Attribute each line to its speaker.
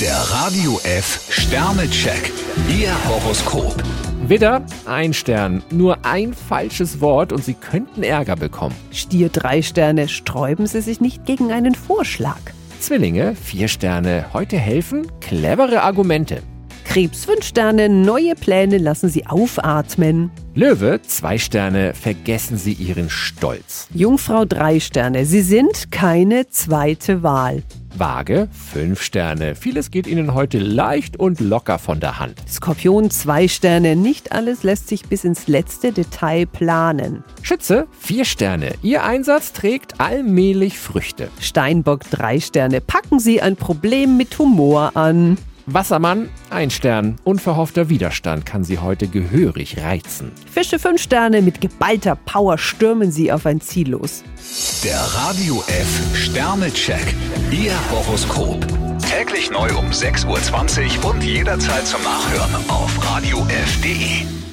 Speaker 1: Der Radio F Sternecheck. Ihr Horoskop.
Speaker 2: Widder, ein Stern. Nur ein falsches Wort und Sie könnten Ärger bekommen.
Speaker 3: Stier drei Sterne, sträuben Sie sich nicht gegen einen Vorschlag.
Speaker 2: Zwillinge, vier Sterne. Heute helfen clevere Argumente.
Speaker 3: Krebs fünf Sterne, neue Pläne lassen Sie aufatmen.
Speaker 2: Löwe, zwei Sterne. Vergessen Sie Ihren Stolz.
Speaker 3: Jungfrau drei Sterne, Sie sind keine zweite Wahl.
Speaker 2: Waage, fünf Sterne. Vieles geht Ihnen heute leicht und locker von der Hand.
Speaker 3: Skorpion zwei Sterne, nicht alles lässt sich bis ins letzte Detail planen.
Speaker 2: Schütze, vier Sterne. Ihr Einsatz trägt allmählich Früchte.
Speaker 3: Steinbock drei Sterne, packen Sie ein Problem mit Humor an.
Speaker 2: Wassermann, ein Stern. Unverhoffter Widerstand kann Sie heute gehörig reizen.
Speaker 3: Fische fünf Sterne, mit geballter Power stürmen Sie auf ein Ziel los.
Speaker 1: Der Radio F Sternecheck. Ihr Horoskop. Täglich neu um 6.20 Uhr und jederzeit zum Nachhören auf Radio radiof.de.